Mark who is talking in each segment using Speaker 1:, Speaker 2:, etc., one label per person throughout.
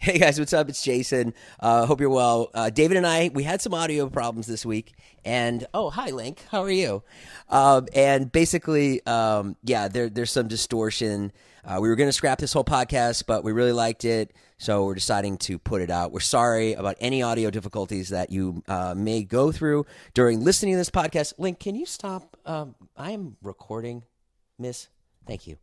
Speaker 1: Hey guys, what's up? It's Jason. Uh, hope you're well. Uh, David and I, we had some audio problems this week, and oh hi Link, how are you? Um, and basically, um, yeah, there, there's some distortion. Uh, we were going to scrap this whole podcast, but we really liked it, so we're deciding to put it out. We're sorry about any audio difficulties that you uh, may go through during listening to this podcast. Link, can you stop? Um, I am recording, Miss. Thank you.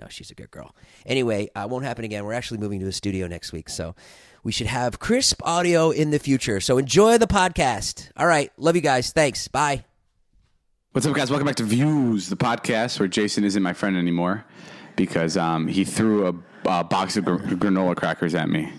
Speaker 1: No, she's a good girl. Anyway, uh, won't happen again. We're actually moving to a studio next week, so we should have crisp audio in the future. So enjoy the podcast. All right, love you guys. Thanks. Bye.
Speaker 2: What's up, guys? Welcome back to Views, the podcast where Jason isn't my friend anymore because um, he threw a uh, box of gr- granola crackers at me.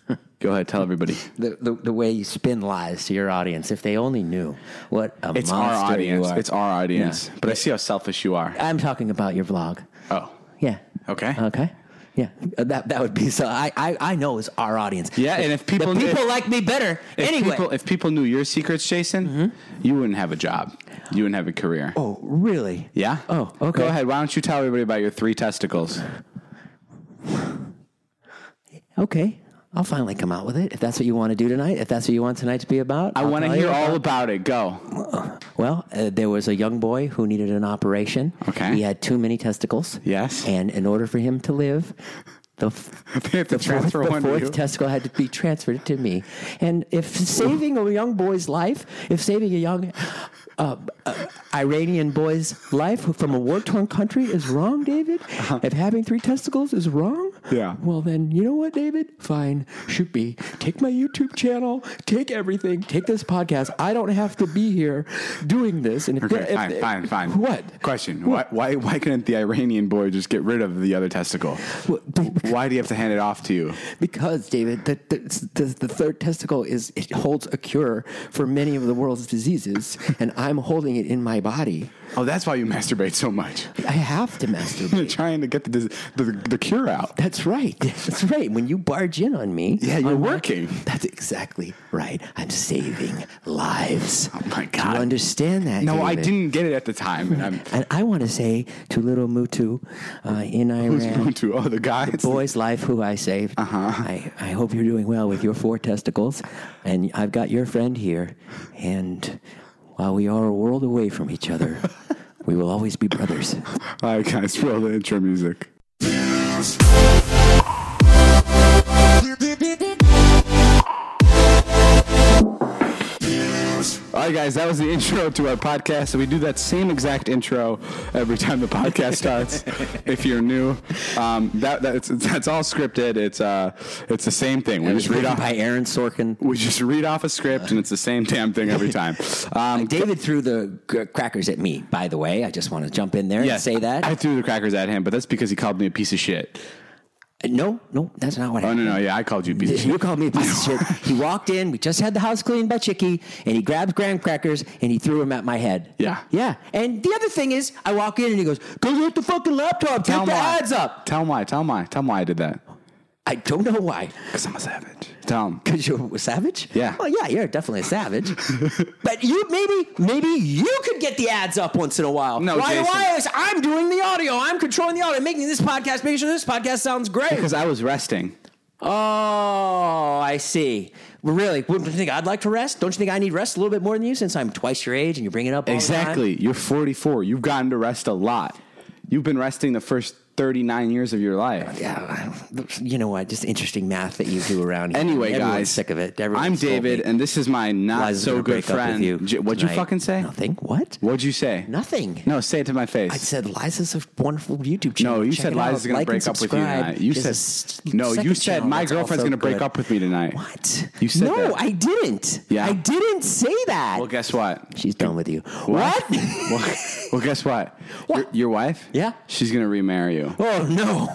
Speaker 2: Go ahead, tell everybody.
Speaker 3: the, the, the way you spin lies to your audience. If they only knew what a
Speaker 2: It's
Speaker 3: monster
Speaker 2: our audience.
Speaker 3: you are.
Speaker 2: It's our audience. But I see how selfish you are.
Speaker 3: I'm talking about your vlog.
Speaker 2: Oh,
Speaker 3: Yeah.
Speaker 2: okay.
Speaker 3: Okay. Yeah. Uh, That that would be so. I I, I know it's our audience.
Speaker 2: Yeah, and if people-
Speaker 3: the people
Speaker 2: if-
Speaker 3: like me better
Speaker 2: if
Speaker 3: anyway. Mm-hmm.
Speaker 2: people, if people knew your secrets, Jason, you wouldn't have a job. You wouldn't have a career.
Speaker 3: oh really?
Speaker 2: Yeah.
Speaker 3: Oh, okay.
Speaker 2: Go ahead. Why don't you tell everybody about your three testicles?
Speaker 3: Okay. I'll finally come out with it if that's what you want to do tonight. If that's what you want tonight to be about,
Speaker 2: I
Speaker 3: I'll
Speaker 2: want to
Speaker 3: tell you
Speaker 2: hear
Speaker 3: about-
Speaker 2: all about it. Go.
Speaker 3: Well, uh, there was a young boy who needed an operation.
Speaker 2: Okay.
Speaker 3: He had too many testicles.
Speaker 2: Yes.
Speaker 3: And in order for him to live, the, f-
Speaker 2: They have to transfer
Speaker 3: fourth,
Speaker 2: one
Speaker 3: the
Speaker 2: to
Speaker 3: fourth
Speaker 2: you.
Speaker 3: testicle had to be transferred to me. And if saving a young boy's life, if saving a young uh, uh, Iranian boy's life from a war torn country is wrong, David, if having three testicles is wrong,
Speaker 2: Uh-huh. Yeah.
Speaker 3: well, then you know what, David? Fine, shoot me. Take my YouTube channel. Take everything. Take this podcast. I don't have to be here doing this. And if,
Speaker 2: Okay,
Speaker 3: if-
Speaker 2: fine, fine, fine.
Speaker 3: What?
Speaker 2: Question. Why, why, why couldn't the Iranian boy just get rid of the other testicle?
Speaker 3: What?
Speaker 2: Why do you have to hand it off to you?
Speaker 3: Because David, the, the, the, the third testicle is it holds a cure for many of the world's diseases, and I'm holding it in my body.
Speaker 2: Oh, that's why you masturbate so much.
Speaker 3: I have to masturbate.
Speaker 2: You're trying to get the, dis- the, the cure out.
Speaker 3: That's right. That's right. When you barge in on me,
Speaker 2: Yeah, you're
Speaker 3: on my-
Speaker 2: working.
Speaker 3: that's exactly right. I'm saving lives.
Speaker 2: Oh, my
Speaker 3: Do
Speaker 2: God.
Speaker 3: you understand that?
Speaker 2: No, I
Speaker 3: David?
Speaker 2: didn't get it at the time. And I'm,
Speaker 3: And I want to say to little Mutu uh, in
Speaker 2: who's
Speaker 3: Iran,
Speaker 2: going to? Oh, the guy. It's the-
Speaker 3: boy's life who I saved.
Speaker 2: Uh-huh.
Speaker 3: I, I hope you're doing well with your four testicles. And I've got your friend here. And while we are a world away from each other, we will always be brothers.
Speaker 2: All right, guys, roll the intro music. All right, guys, that was the intro to our podcast. So we do that same exact intro every time the podcast starts. if you're new, um, that, that's, that's all scripted. It's uh, it's the same thing. We just read off.
Speaker 3: by Aaron Sorkin. Um,
Speaker 2: We just read off a script, and it's the same damn thing every time. Um,
Speaker 3: David threw the g- crackers at me, by the way. I just want to jump in there and
Speaker 2: yes,
Speaker 3: say that.
Speaker 2: I threw the crackers at him, but that's because he called me a piece of shit.
Speaker 3: no, no, that's not what
Speaker 2: Oh
Speaker 3: happened.
Speaker 2: no, no, yeah, I called you a piece of shit.
Speaker 3: You called me a piece of shit. He walked in. We just had the house cleaned by Chicky, and he grabbed graham crackers and he threw them at my head.
Speaker 2: Yeah.
Speaker 3: yeah. And the other thing is, I walk in and he goes, "Go get the fucking laptop. Get the
Speaker 2: why.
Speaker 3: ads up."
Speaker 2: Tell him why. Tell him why. Tell him why I did that.
Speaker 3: I don't know why.
Speaker 2: Because I'm a savage. Tell him.
Speaker 3: Because you're a savage?
Speaker 2: Yeah.
Speaker 3: Well, yeah, you're definitely a savage. but you maybe maybe you could get the ads up once in a while.
Speaker 2: No,
Speaker 3: why do
Speaker 2: Jason.
Speaker 3: I always- I'm doing the audio. I'm controlling the audio. I'm making this podcast, making sure this podcast sounds great.
Speaker 2: Because I was resting.
Speaker 3: Oh, I see. Well, Really? Don't you think I'd like to rest? Don't you think I need rest a little bit more than you since I'm twice your age and you bring it up all the time?
Speaker 2: Exactly. You're 44. You've gotten to rest a lot. You've been resting the first 39 years of your life.
Speaker 3: Yeah, I don't- you know what? Just interesting math that you do around here.
Speaker 2: Anyway,
Speaker 3: Everyone's
Speaker 2: guys,
Speaker 3: sick of it. Everyone's
Speaker 2: I'm
Speaker 3: told me
Speaker 2: David, and this is my not
Speaker 3: Liza's
Speaker 2: so
Speaker 3: gonna
Speaker 2: good
Speaker 3: break up with
Speaker 2: friend.
Speaker 3: you
Speaker 2: J- what'd you
Speaker 3: tonight.
Speaker 2: fucking say?
Speaker 3: Nothing. What?
Speaker 2: What'd you say?
Speaker 3: Nothing.
Speaker 2: No, say it to my face.
Speaker 3: I said Liza's a wonderful YouTube channel.
Speaker 2: no, you
Speaker 3: Check
Speaker 2: said
Speaker 3: it out.
Speaker 2: Liza's gonna
Speaker 3: Like and
Speaker 2: break up with you
Speaker 3: subscribe.
Speaker 2: tonight. You
Speaker 3: She has
Speaker 2: said-
Speaker 3: a s-
Speaker 2: No, you
Speaker 3: second
Speaker 2: said,
Speaker 3: channel
Speaker 2: "My
Speaker 3: that's
Speaker 2: girlfriend's
Speaker 3: also
Speaker 2: gonna break
Speaker 3: good."
Speaker 2: up with me tonight.
Speaker 3: What?
Speaker 2: You said
Speaker 3: no,
Speaker 2: that.
Speaker 3: I didn't.
Speaker 2: Yeah.
Speaker 3: I didn't say that.
Speaker 2: well, guess what?
Speaker 3: She's done with you. what?
Speaker 2: well, well, guess what?
Speaker 3: What?
Speaker 2: Your, your wife?
Speaker 3: Yeah.
Speaker 2: She's going to remarry you.
Speaker 3: Oh no!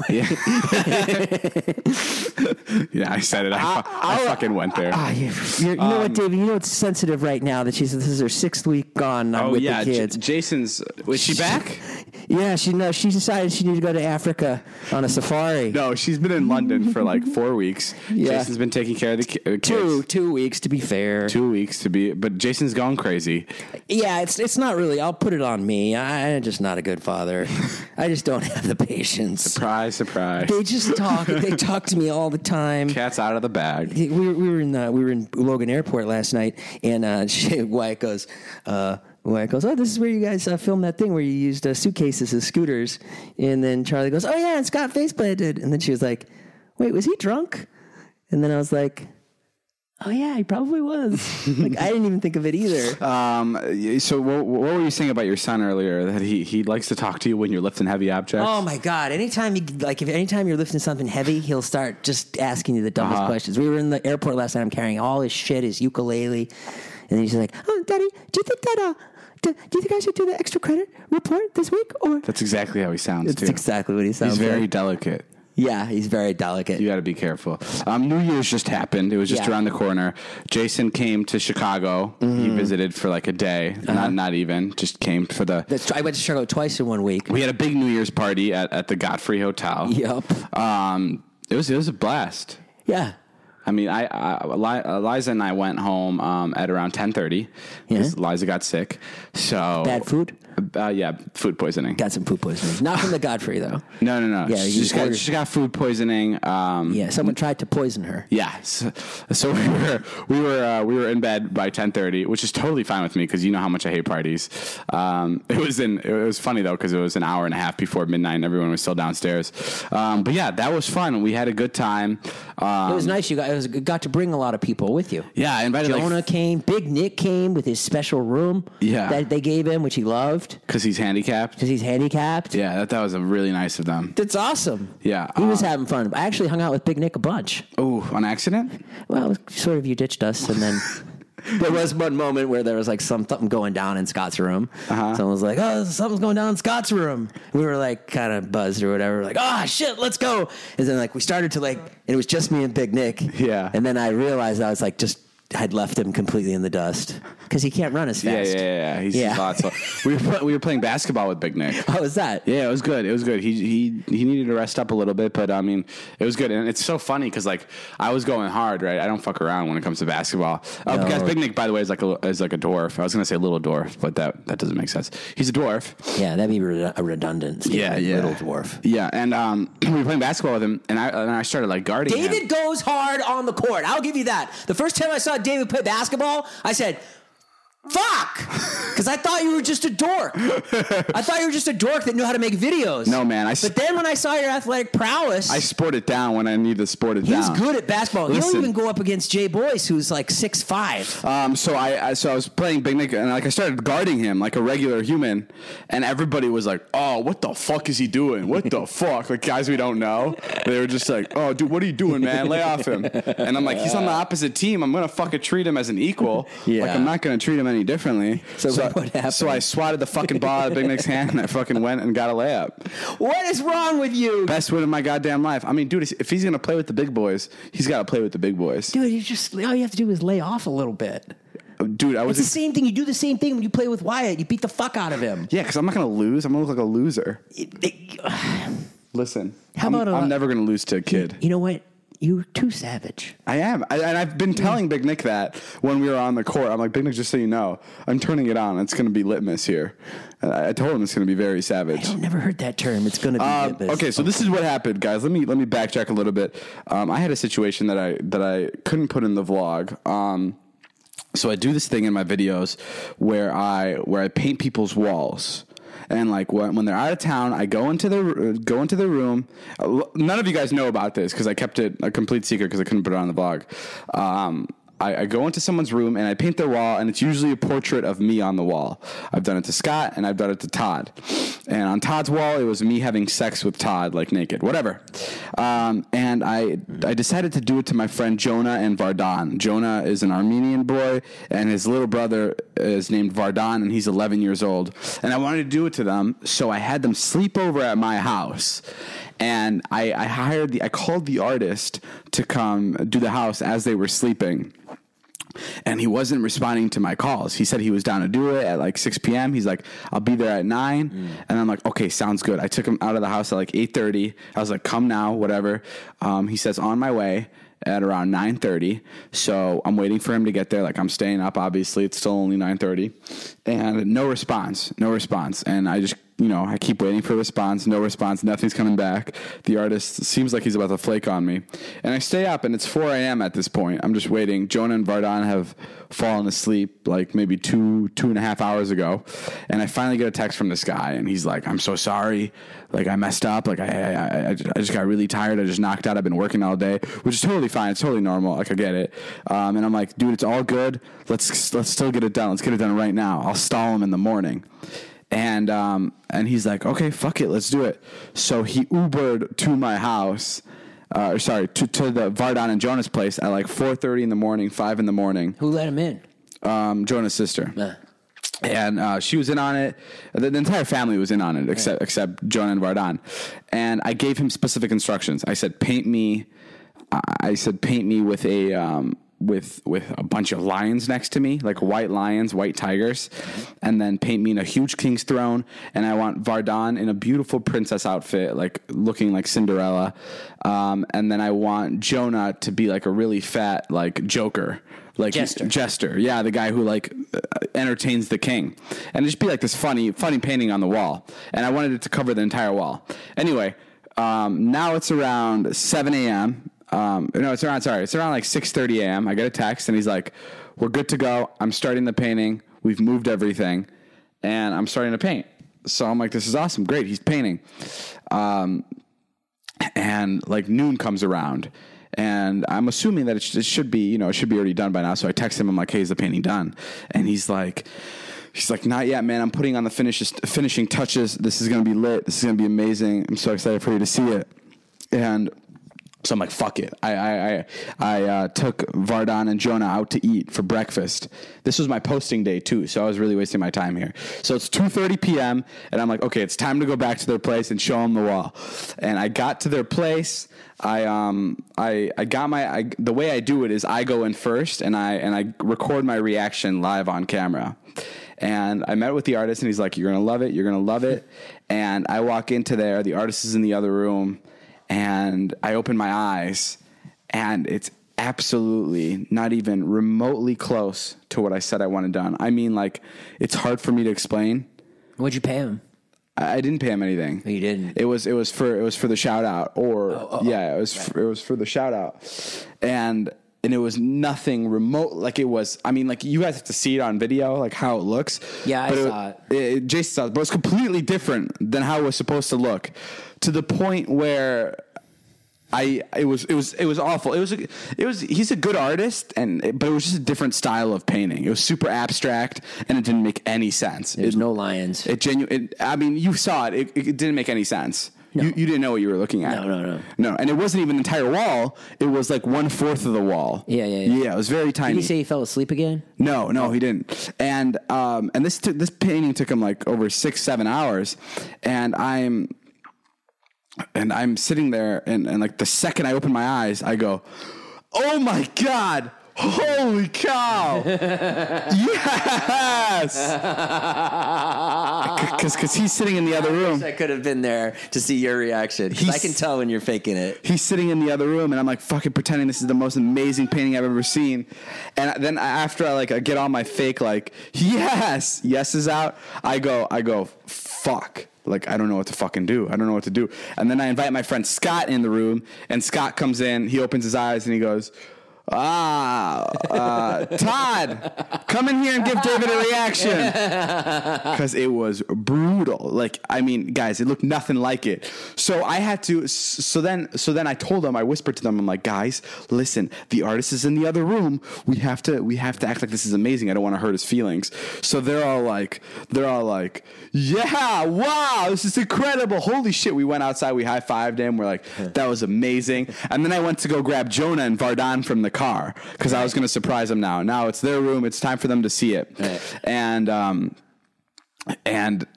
Speaker 2: Yeah, I said it. I, fu- I fucking went there.
Speaker 3: Ah, you you you
Speaker 2: Um,
Speaker 3: know what, David? You know it's sensitive right now that she's this is her sixth week gone. I'm
Speaker 2: Oh
Speaker 3: with
Speaker 2: yeah,
Speaker 3: the
Speaker 2: J-
Speaker 3: kids.
Speaker 2: Jason's. Was she back?
Speaker 3: Yeah, she no, she decided she needed to go to Africa on a safari.
Speaker 2: No, she's been in London for like four weeks.
Speaker 3: Yeah.
Speaker 2: Jason's been taking care of the ki- uh, kids.
Speaker 3: Two two weeks to be fair.
Speaker 2: Two weeks to be, but Jason's gone crazy.
Speaker 3: Yeah, it's it's not really. I'll put it on me. I, I'm just not a good father. I just don't have the patience.
Speaker 2: Surprise, surprise.
Speaker 3: They just talk. They talk to me all the time.
Speaker 2: Cat's out of the bag.
Speaker 3: we were, we were in uh, we were in Logan Airport last night, and uh, she, Wyatt goes, uh, Wyatt goes, oh, this is where you guys uh, filmed that thing where you used uh, suitcases as scooters, and then Charlie goes, oh yeah, and Scott faceplanted, did, and then she was like, wait, was he drunk? And then I was like, oh yeah, he probably was. like I didn't even think of it either.
Speaker 2: Um, so what, what were you saying about your son earlier? That he, he likes to talk to you when you're lifting heavy objects.
Speaker 3: Oh my god! Anytime you like, if anytime you're lifting something heavy, he'll start just asking you the dumbest
Speaker 2: Uh-huh.
Speaker 3: questions. We were in the airport last night. I'm carrying all his shit, his ukulele, and he's like, "Oh, daddy, do you think that uh, do, do you think I should do the extra credit report this week?" Or
Speaker 2: That's exactly how he sounds
Speaker 3: it's
Speaker 2: too.
Speaker 3: exactly what he sounds.
Speaker 2: He's very
Speaker 3: like.
Speaker 2: delicate.
Speaker 3: yeah. He's very delicate.
Speaker 2: You got to be careful. Um, New Year's just happened. It was just
Speaker 3: Yeah.
Speaker 2: around the corner. Jason came to Chicago. He
Speaker 3: Mm-hmm.
Speaker 2: visited for like a day.
Speaker 3: Uh-huh.
Speaker 2: Not not even. Just came for the.
Speaker 3: That's, I went to Chicago twice in one week.
Speaker 2: we had a big New Year's party at, at the Godfrey Hotel.
Speaker 3: Yup.
Speaker 2: Um, it was it was a blast.
Speaker 3: Yeah.
Speaker 2: I mean, I, I Eli- Eliza and I went home um, at around ten thirty. because Eliza got sick, so
Speaker 3: Bad food.
Speaker 2: Uh, yeah, food poisoning.
Speaker 3: Got some poop poisoning. Not from the Godfrey though.
Speaker 2: no, no, no.
Speaker 3: Yeah,
Speaker 2: she
Speaker 3: you
Speaker 2: just got,
Speaker 3: ordered-
Speaker 2: she got food poisoning. Um,
Speaker 3: Yeah. Someone tried to poison her.
Speaker 2: Yeah, so, so we were we were uh, we were in bed by ten thirty, which is totally fine with me because you know how much I hate parties. Um, it was in it was funny though because it was an hour and a half before midnight and everyone was still downstairs. Um, but yeah, that was fun. We had a good time. Um,
Speaker 3: It was nice. You got, it was, got to bring a lot of people with you.
Speaker 2: yeah, I invited
Speaker 3: Jonah
Speaker 2: like
Speaker 3: came. Big Nick came with his special room
Speaker 2: Yeah.
Speaker 3: that they gave him, which he loved
Speaker 2: because he's handicapped.
Speaker 3: because he's handicapped.
Speaker 2: Yeah, that that was a really nice of them.
Speaker 3: That's awesome.
Speaker 2: Yeah,
Speaker 3: He was
Speaker 2: um,
Speaker 3: having fun. I actually hung out with Big Nick a bunch.
Speaker 2: Oh, on accident?
Speaker 3: Well, it was sort of you ditched us, and then there was one moment where there was like some, something going down in Scott's room.
Speaker 2: Uh-huh.
Speaker 3: Someone was like, "Oh, something's going down in Scott's room." We were like kind of buzzed or whatever. Like, "Ah, shit, let's go!" And then like we started to like, and it was just me and Big Nick.
Speaker 2: Yeah.
Speaker 3: And then I realized I was like just. I'd left him completely in the dust because he can't run as
Speaker 2: Yeah,
Speaker 3: fast.
Speaker 2: yeah, yeah. yeah. He's
Speaker 3: Yeah.
Speaker 2: lots of. We were pl- we were playing basketball with Big Nick.
Speaker 3: How was that?
Speaker 2: Yeah, it was good. It was good. He he he needed to rest up a little bit, but I mean, it was good. And it's so funny because like I was going hard, right? I don't fuck around when it comes to basketball. Oh,
Speaker 3: No.
Speaker 2: because Big Nick, by the way, is like a is like a dwarf. I was gonna say little dwarf, but that that doesn't make sense. He's a dwarf.
Speaker 3: Yeah, that'd be re- a redundant. statement,
Speaker 2: Yeah, yeah.
Speaker 3: Little dwarf.
Speaker 2: Yeah, and um, we were playing basketball with him, and I and I started like guarding him.
Speaker 4: David goes hard on the court. I'll give you that. The first time I saw David play basketball, I said, "Fuck," because I thought you were just a dork. I thought you were just a dork that knew how to make videos.
Speaker 2: No, man, I s-
Speaker 4: but then when I saw your athletic prowess,
Speaker 2: I sport it down when I need to sport it
Speaker 4: he's
Speaker 2: down.
Speaker 4: good at basketball. You
Speaker 2: Listen.
Speaker 4: don't even go up against Jay Boyce, who's like six five.
Speaker 2: Um, so I, I so I was playing Big Nick and like I started guarding him like a regular human, and everybody was like, "Oh, what the fuck is he doing? What the fuck?" Like guys we don't know, they were just like, "Oh, dude, what are you doing, man? Lay off him." And I'm like, "He's on the opposite team. I'm gonna fucking treat him as an equal.
Speaker 3: Yeah.
Speaker 2: Like I'm not gonna treat him any differently."
Speaker 3: So what happened?
Speaker 2: So I swatted the fucking ball out of Big Nick's hand and I fucking went and got a layup.
Speaker 4: What is wrong with you?
Speaker 2: Best win of my goddamn life. I mean, dude, if he's gonna play with the big boys, he's got to play with the big boys.
Speaker 3: Dude, you just all you have to do is lay off a little bit.
Speaker 2: Dude, I was.
Speaker 4: It's the same thing. You do the same thing when you play with Wyatt. You beat the fuck out of him.
Speaker 2: Yeah, because I'm not going to lose. I'm going to look like a loser. Listen,
Speaker 3: How
Speaker 2: I'm,
Speaker 3: about a-
Speaker 2: I'm never going to lose to a kid.
Speaker 3: You know what? You're too savage.
Speaker 2: I am, I, and I've been telling Big Nick that when we were on the court. I'm like, Big Nick, just so you know, I'm turning it on. It's going to be litmus here. And I, I told him it's going to be very savage.
Speaker 3: I've never heard that term. It's gonna be
Speaker 2: Um,
Speaker 3: this.
Speaker 2: okay, so this is what happened, guys. Let me let me backtrack a little bit. Um, I had a situation that I that I couldn't put in the vlog. Um, so I do this thing in my videos where I where I paint people's walls. And like when, when they're out of town, I go into their go into their room. Uh, l- None of you guys know about this because I kept it a complete secret because I couldn't put it on the vlog. Um, I, I go into someone's room and I paint their wall, and it's usually a portrait of me on the wall. I've done it to Scott and I've done it to Todd. And on Todd's wall, it was me having sex with Todd, like naked, whatever. Um, and I, I decided to do it to my friend Jonah and Vardan. Jonah is an Armenian boy, and his little brother is named Vardan, and he's 11 years old. And I wanted to do it to them, so I had them sleep over at my house. And I, I hired the, I called the artist to come do the house as they were sleeping. and he wasn't responding to my calls. He said he was down to do it at like 6 p.m. He's like, I'll be there at nine, and I'm like, okay, sounds good. I took him out of the house at like 8:30. I was like, come now, whatever. Um, he says on my way at around 9:30. So I'm waiting for him to get there. Like I'm staying up. Obviously, it's still only 9:30, and no response. No response. And I just you know I keep waiting for a response. No response. Nothing's coming back. The artist seems like he's about to flake on me. And I stay up, and it's 4 a.m. at this point. I'm just waiting. Jonah and Vardon have fallen asleep like maybe two two and a half hours ago, and I finally get a text from this guy, and he's like, "I'm so sorry. Like I messed up. Like I I, I, I just- I just got really tired. I just knocked out. I've been working all day, which is totally fine. It's totally normal. Like I get it. Um, and I'm like, dude, it's all good. Let's let's still get it done. Let's get it done right now. I'll stall him in the morning. And um, and he's like, okay, fuck it, let's do it. So he Ubered to my house. Uh, or sorry, to, to the Vardon and Jonas place at like four thirty in the morning, five in the morning.
Speaker 5: Who let him in?
Speaker 2: Um, Jonah's sister
Speaker 3: Uh,
Speaker 2: and uh, she was in on it. The, the entire family was in on it, except except Jonah and Vardan. And I gave him specific instructions. I said, "Paint me." I- I said, "Paint me with a um, with with a bunch of lions next to me, like white lions, white tigers, and then paint me in a huge king's throne. And I want Vardan in a beautiful princess outfit, like looking like Cinderella. Um, and then I want Jonah to be like a really fat like Joker." Like
Speaker 1: Jester.
Speaker 2: Jester, yeah, the guy who like uh, entertains the king, and it'd just be like this funny, funny painting on the wall. And I wanted it to cover the entire wall. Anyway, um, now it's around seven a.m. Um, no, it's around. Sorry, it's around like six thirty a.m. I get a text, and he's like, "We're good to go. I'm starting the painting. We've moved everything, and I'm starting to paint." So I'm like, "This is awesome. Great. He's painting." and like noon comes around and i'm assuming that it, sh- it should be you know it should be already done by now so i text him i'm like hey is the painting done and he's like he's like not yet man i'm putting on the finishes, finishing touches this is going to be lit this is going to be amazing i'm so excited for you to see it and so I'm like, fuck it. I I I, I uh, took Vardon and Jonah out to eat for breakfast. This was my posting day too, so I was really wasting my time here. So it's 2:30 p.m. and I'm like, okay, it's time to go back to their place and show them the wall. And I got to their place. I um I I got my I, the way I do it is I go in first and I and I record my reaction live on camera. And I met with the artist and he's like, you're gonna love it. You're gonna love it. And I walk into there. The artist is in the other room and I open my eyes, and it's absolutely not even remotely close to what I said I wanted done. I mean, like, it's hard for me to explain.
Speaker 5: What'd you pay him?
Speaker 2: I I didn't pay him anything.
Speaker 5: Oh, You didn't. Oh,
Speaker 2: It was it was for it was for the shout out or yeah it was for, it was for the shout out, and and it was nothing remote like it was. I mean like you guys have to see it on video like how it looks.
Speaker 5: Yeah, I
Speaker 2: But
Speaker 5: saw it.
Speaker 2: it, it- Jason saw it, but it's completely different than how it was supposed to look, to the point where I it was it was it was awful. It was a, it was he's a good artist and but it was just a different style of painting. It was super abstract and it didn't make any sense.
Speaker 5: There's
Speaker 2: It-
Speaker 5: no lions.
Speaker 2: it genu- it, I mean, you saw it. It, it didn't make any sense. You, you didn't know what you were looking at.
Speaker 5: No, no, no.
Speaker 2: No, and it wasn't even an entire wall. It was like one fourth of the wall.
Speaker 5: Yeah, yeah, yeah.
Speaker 2: Yeah, it was very tiny.
Speaker 5: Did he say he fell asleep again?
Speaker 2: No, no, he didn't. And um, and this took this painting took him like over six, seven hours, and I'm and I'm sitting there, and, and like the second I open my eyes, I go, "Oh my god." Holy cow! yes, because he's sitting in the other room.
Speaker 1: I could have been there to see your reaction. 'cause I
Speaker 2: He's-
Speaker 1: can tell when you're faking it.
Speaker 2: he's sitting in the other room and I'm like fucking pretending this is the most amazing painting I've ever seen. And then I- after I like I get all my fake like yes, yes is out. I go I go fuck. Like I don't know what to fucking do. I don't know what to do. And then I invite my friend Scott in the room and Scott comes in, he opens his eyes and he goes Ah, uh, Todd, come in here and give David a reaction because it was brutal. Like, I mean, guys, it looked nothing like it. So I had to. So then, so then I told them. I whispered to them. I'm like, guys, listen. The artist is in the other room. We have to. We have to act like this is amazing. I don't want to hurt his feelings. So they're all like, they're all like, yeah, wow, this is incredible. Holy shit. We went outside. We high fived him. We're like, that was amazing. And then I went to go grab Jonah and Vardon from the car because I was going to surprise them. Now, now um, it's their room. It's time for them to see it.
Speaker 1: Right.
Speaker 2: And um, and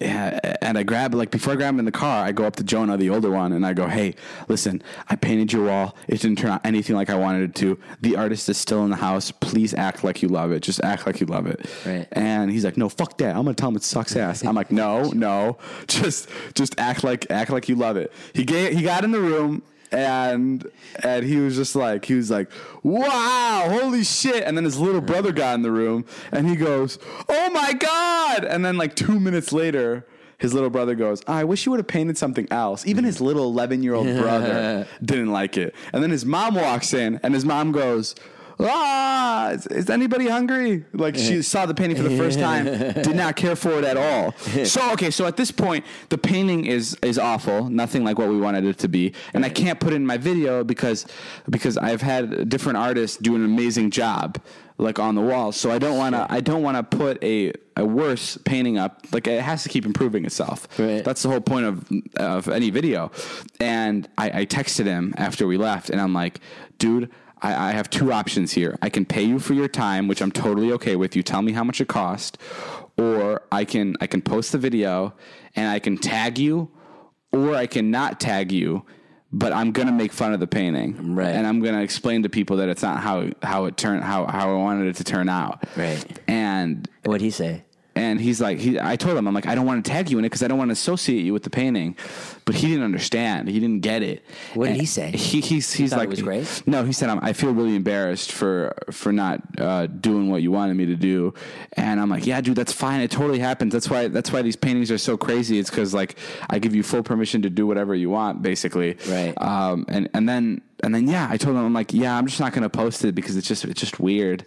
Speaker 2: yeah, and I grab like before I grab him in the car, I go up to Jonah, the older one, and I go, "Hey, listen, I painted your wall. It didn't turn out anything like I wanted it to. The artist is still in the house. Please act like you love it. Just act like you love it."
Speaker 3: Right.
Speaker 2: And he's like, "No, fuck that. I'm gonna tell him it sucks ass." I'm like, "No, no, just just act like act like you love it." He gave, he got in the room. And and he was just like he was like, wow, holy shit! And then his little brother got in the room, and he goes, oh my god! And then like two minutes later, his little brother goes, I wish you would have painted something else. Even his little 11 year old brother didn't like it. And then his mom walks in, and his mom goes, Ah, is, is anybody hungry? Like she saw the painting for the first time, did not care for it at all. So okay, so at this point, the painting is is awful, nothing like what we wanted it to be, and I can't put it in my video because because I've had different artists do an amazing job like on the wall. So I don't want to. I don't want to put a a worse painting up. Like it has to keep improving itself.
Speaker 3: Right.
Speaker 2: That's the whole point of of any video. And I, I texted him after we left, and I'm like, dude. I, I have two options here. I can pay you for your time, which I'm totally okay with. You tell me how much it cost, or I can I can post the video and I can tag you, or I can not tag you, but I'm gonna make fun of the painting,
Speaker 3: Right.
Speaker 2: And I'm going to explain to people that it's not how how it turned how how I wanted it to turn out.
Speaker 3: Right.
Speaker 2: And
Speaker 3: What'd he say?
Speaker 2: and he's like, he, I told him, I'm like, I don't want to tag you in it because I don't want to associate you with the painting. But he didn't understand. He didn't get it.
Speaker 3: What did
Speaker 2: And
Speaker 3: he say?
Speaker 2: He, he's he's
Speaker 3: thought it
Speaker 2: like,
Speaker 3: was great?
Speaker 2: No, he said, I'm, I feel really embarrassed for for not uh, doing what you wanted me to do. And I'm like, yeah, dude, that's fine. It totally happens. That's why that's why these paintings are so crazy. It's because like I give you full permission to do whatever you want, basically.
Speaker 3: Right.
Speaker 2: Um. And and then. And then yeah, I told him I'm like yeah, I'm just not gonna post it because it's just it's just weird.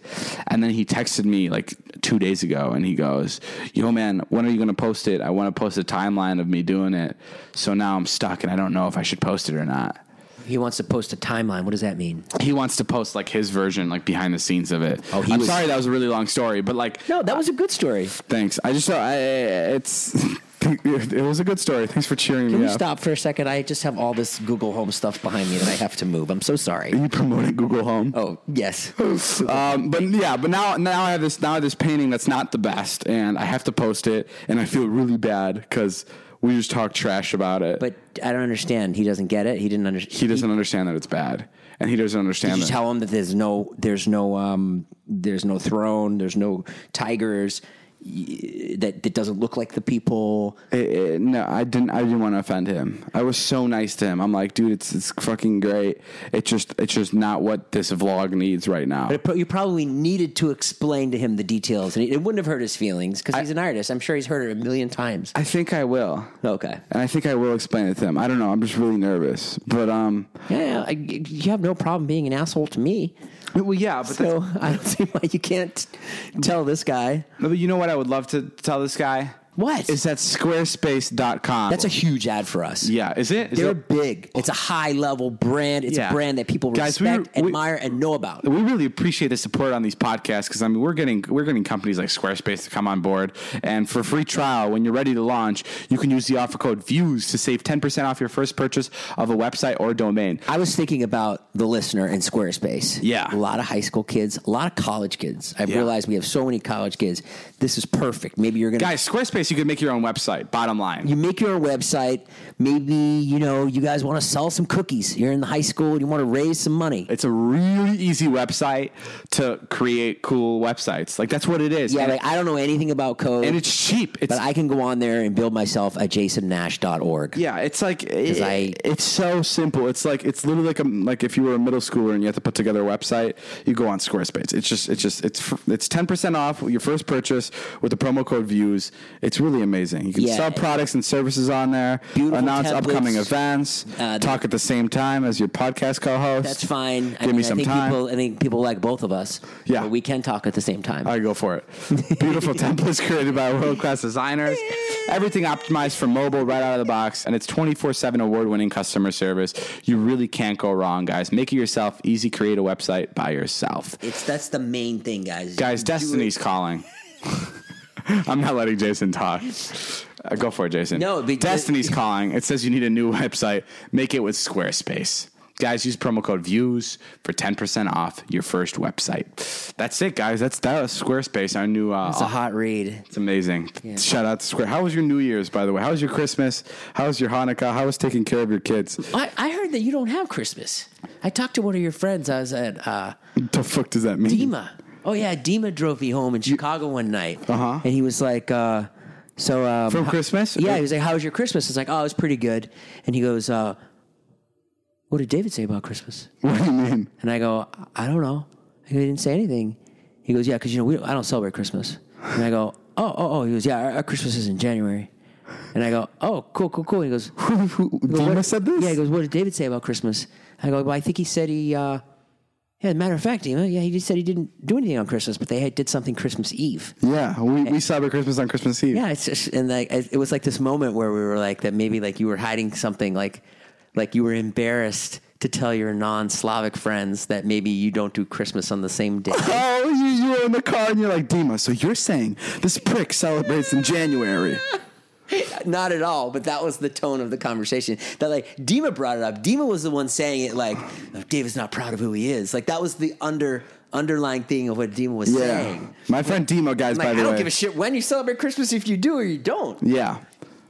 Speaker 2: And then he texted me like two days ago, and he goes, "Yo man, when are you gonna post it? I want to post a timeline of me doing it. So now I'm stuck, and I don't know if I should post it or not."
Speaker 3: He wants to post a timeline. What does that mean?
Speaker 2: he wants to post like his version, like behind the scenes of it.
Speaker 3: Oh, he
Speaker 2: I'm
Speaker 3: was-
Speaker 2: sorry that was a really long story, but like,
Speaker 3: No, that was a good story.
Speaker 2: thanks. I just, uh, I, it's, it was a good story. Thanks for cheering
Speaker 3: Can
Speaker 2: me
Speaker 3: you
Speaker 2: up.
Speaker 3: stop for a second? I just have all this Google Home stuff behind me that I have to move. I'm so sorry.
Speaker 2: You promoted Google Home.
Speaker 3: Oh, yes.
Speaker 2: Um, but yeah, but now now I have this now I have this painting that's not the best, and I have to post it, and I feel really bad because we just talk trash about it.
Speaker 3: But I don't understand. He doesn't get it. He didn't understand.
Speaker 2: he doesn't understand that it's bad, and he doesn't understand
Speaker 3: Did you
Speaker 2: that.
Speaker 3: tell him that there's no there's no um there's no throne, there's no tigers y- that that doesn't look like the people.
Speaker 2: It- it- Eh, no, I didn't. I didn't want to offend him. I was so nice to him. I'm like, dude, it's it's fucking great. It's just it's just not what this vlog needs right now.
Speaker 3: But you probably needed to explain to him the details, and it wouldn't have hurt his feelings because he's an artist. I'm sure he's heard it a million times.
Speaker 2: I think I will,
Speaker 3: Okay.
Speaker 2: and I think I will explain it to him. I don't know. I'm just really nervous, but um,
Speaker 3: Yeah, yeah, I, you have no problem being an asshole to me.
Speaker 2: well, yeah, uh, but
Speaker 3: So I don't see why you can't tell this guy.
Speaker 2: No, but you know what? I would love to tell this guy.
Speaker 3: What?
Speaker 2: is that? Squarespace.com.
Speaker 3: That's a huge ad for us.
Speaker 2: yeah. Is it? Is
Speaker 3: They're
Speaker 2: it-
Speaker 3: big. It's a high level brand. It's
Speaker 2: Yeah.
Speaker 3: a brand that people
Speaker 2: Guys, we-
Speaker 3: respect,
Speaker 2: we-
Speaker 3: admire, and know about.
Speaker 2: we really appreciate the support on these podcasts because I mean we're getting we're getting companies like Squarespace to come on board, and for free trial when you're ready to launch, you can use the offer code Views to save ten percent off your first purchase of a website or domain.
Speaker 3: I was thinking about the listener and Squarespace. A
Speaker 2: Yeah.
Speaker 3: lot of high school kids, a lot of college kids. I've
Speaker 2: Yeah.
Speaker 3: realized we have so many college kids. This is perfect. Maybe you're going to.
Speaker 2: Guys, Squarespace, you can make your own website. Bottom line,
Speaker 3: You make your own website. Maybe, you know, you guys want to sell some cookies. You're in the high school and you want to raise some money.
Speaker 2: it's a really easy website to create cool websites. Like that's what it is.
Speaker 3: Yeah,
Speaker 2: and,
Speaker 3: like I don't know anything about code,
Speaker 2: and it's cheap. It's
Speaker 3: but I can go on there and build myself at jasonnash.org.
Speaker 2: Yeah, it's like it,
Speaker 3: I-
Speaker 2: it's so simple. It's like it's literally like a, like if you were a middle schooler and you had to put together a website, you go on Squarespace. It's just it's just it's fr- it's ten percent off your first purchase with the promo code views. It's really amazing. You can
Speaker 3: Yeah.
Speaker 2: sell products and services on there,
Speaker 3: Beautiful
Speaker 2: announce
Speaker 3: templates.
Speaker 2: upcoming events,
Speaker 3: Uh,
Speaker 2: talk at the same time as your podcast co-host.
Speaker 3: That's fine.
Speaker 2: Give me some
Speaker 3: I think
Speaker 2: time.
Speaker 3: People, I think people like both of us.
Speaker 2: Yeah.
Speaker 3: But we can talk at the same time.
Speaker 2: I go for it. Beautiful templates created by world class designers. Everything optimized for mobile right out of the box, and it's 24 7 award winning customer service. You really can't go wrong, guys. Make it yourself. Easy, create a website by yourself.
Speaker 3: it's that's the main thing, guys.
Speaker 2: Guys, Destiny's calling. I'm not letting Jason talk. Uh, go for it, Jason.
Speaker 3: No, be-
Speaker 2: Destiny's calling. It says you need a new website. Make it with Squarespace. Guys, use promo code VIEWS for 10% off your first website. That's it, guys. That's that was Squarespace, our new uh,
Speaker 3: It's a hot read.
Speaker 2: it's amazing. Shout out to Square. How was your New Year's, by the way? How was your Christmas? How was your Hanukkah? How was taking care of your kids?
Speaker 6: I, I heard that you don't have Christmas. I talked to one of your friends. I was at uh,
Speaker 2: the fuck does that mean?
Speaker 6: Dima.
Speaker 3: Oh yeah, Dima drove me home in Chicago one night,
Speaker 2: Uh-huh.
Speaker 3: and he was like, uh, "So um,
Speaker 2: From
Speaker 3: ho-
Speaker 2: Christmas?
Speaker 3: Yeah, he was like, "How was your Christmas?" I was like, "Oh, it was pretty good." And he goes, uh, "What did David say about Christmas?"
Speaker 2: What do you mean?
Speaker 3: And I go, "I don't know." He goes, "He didn't say anything. He goes, "Yeah, because you know we I don't celebrate Christmas." And I go, "Oh, oh, oh." He goes, "Yeah, our, our Christmas is in January." And I go, "Oh, cool, cool, cool." He goes,
Speaker 2: Who, who,
Speaker 3: "Well,
Speaker 2: Dima
Speaker 3: what-
Speaker 2: said this?
Speaker 3: Yeah, he goes, "What did David say about Christmas?" I go, "Well, I think he said he." Uh, yeah, matter of fact, you know, yeah, he just said he didn't do anything on Christmas, but they had, did something Christmas Eve.
Speaker 2: Yeah, we, we celebrate Christmas on Christmas Eve.
Speaker 3: Yeah, it's just, and like it it was like this moment where we were like that maybe like you were hiding something like like you were embarrassed to tell your non-Slavic friends that maybe you don't do Christmas on the same day.
Speaker 2: Oh, you, you were in the car and you're like, Dima, so you're saying this prick celebrates in January.
Speaker 3: Not at all, but that was the tone of the conversation. That like Dima brought it up. Dima was the one saying it like David's not proud of who he is. Like that was the under underlying thing of what Dima was
Speaker 2: Yeah.
Speaker 3: saying.
Speaker 2: My friend Dima, guys,
Speaker 3: Like
Speaker 2: by
Speaker 3: I
Speaker 2: the
Speaker 3: don't
Speaker 2: way.
Speaker 3: give a shit when you celebrate Christmas if you do or you don't.
Speaker 2: Yeah.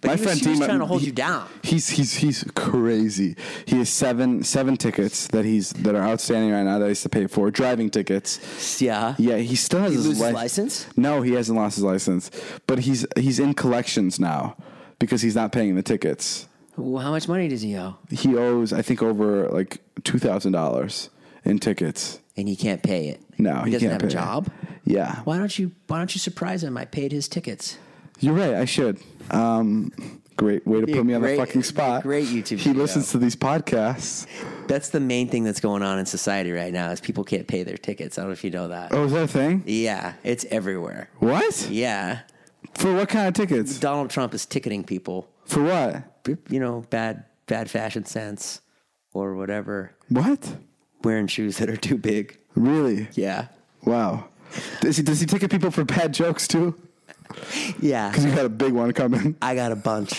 Speaker 3: But he was- she was trying to hold you down.
Speaker 2: He's he's he's crazy. He has seven seven tickets that he's that are outstanding right now that he has to pay for driving tickets.
Speaker 3: Yeah.
Speaker 2: Yeah, he still has
Speaker 3: He
Speaker 2: his,
Speaker 3: loses
Speaker 2: li-
Speaker 3: license?
Speaker 2: No, he hasn't lost his license, but he's he's in collections now because he's not paying the tickets.
Speaker 3: Well, how much money does he owe?
Speaker 2: He owes I think over like two thousand dollars in tickets.
Speaker 3: And he can't pay it.
Speaker 2: No,
Speaker 3: he,
Speaker 2: he
Speaker 3: doesn't
Speaker 2: can't
Speaker 3: have
Speaker 2: pay
Speaker 3: a
Speaker 2: it.
Speaker 3: job.
Speaker 2: Yeah,
Speaker 3: Why don't you Why don't you surprise him? I paid his tickets.
Speaker 2: You're right. I should. Um, great way to
Speaker 3: Be
Speaker 2: put
Speaker 3: a
Speaker 2: me on the
Speaker 3: great-
Speaker 2: fucking
Speaker 3: be
Speaker 2: spot.
Speaker 3: a great YouTube
Speaker 2: He
Speaker 3: video.
Speaker 2: listens to these podcasts.
Speaker 3: That's the main thing that's going on in society right now is people can't pay their tickets. I don't know if you know that.
Speaker 2: Oh, is that a thing?
Speaker 3: Yeah, it's everywhere.
Speaker 2: What?
Speaker 3: Yeah,
Speaker 2: For what kind of tickets?
Speaker 3: Donald Trump is ticketing people.
Speaker 2: For what?
Speaker 3: You know, bad bad fashion sense or whatever.
Speaker 2: What?
Speaker 3: Wearing shoes that are too big.
Speaker 2: Really?
Speaker 3: Yeah,
Speaker 2: Wow. Does he, does he ticket people for bad jokes too?
Speaker 3: yeah.
Speaker 2: Because you got a big one coming.
Speaker 3: I got a bunch.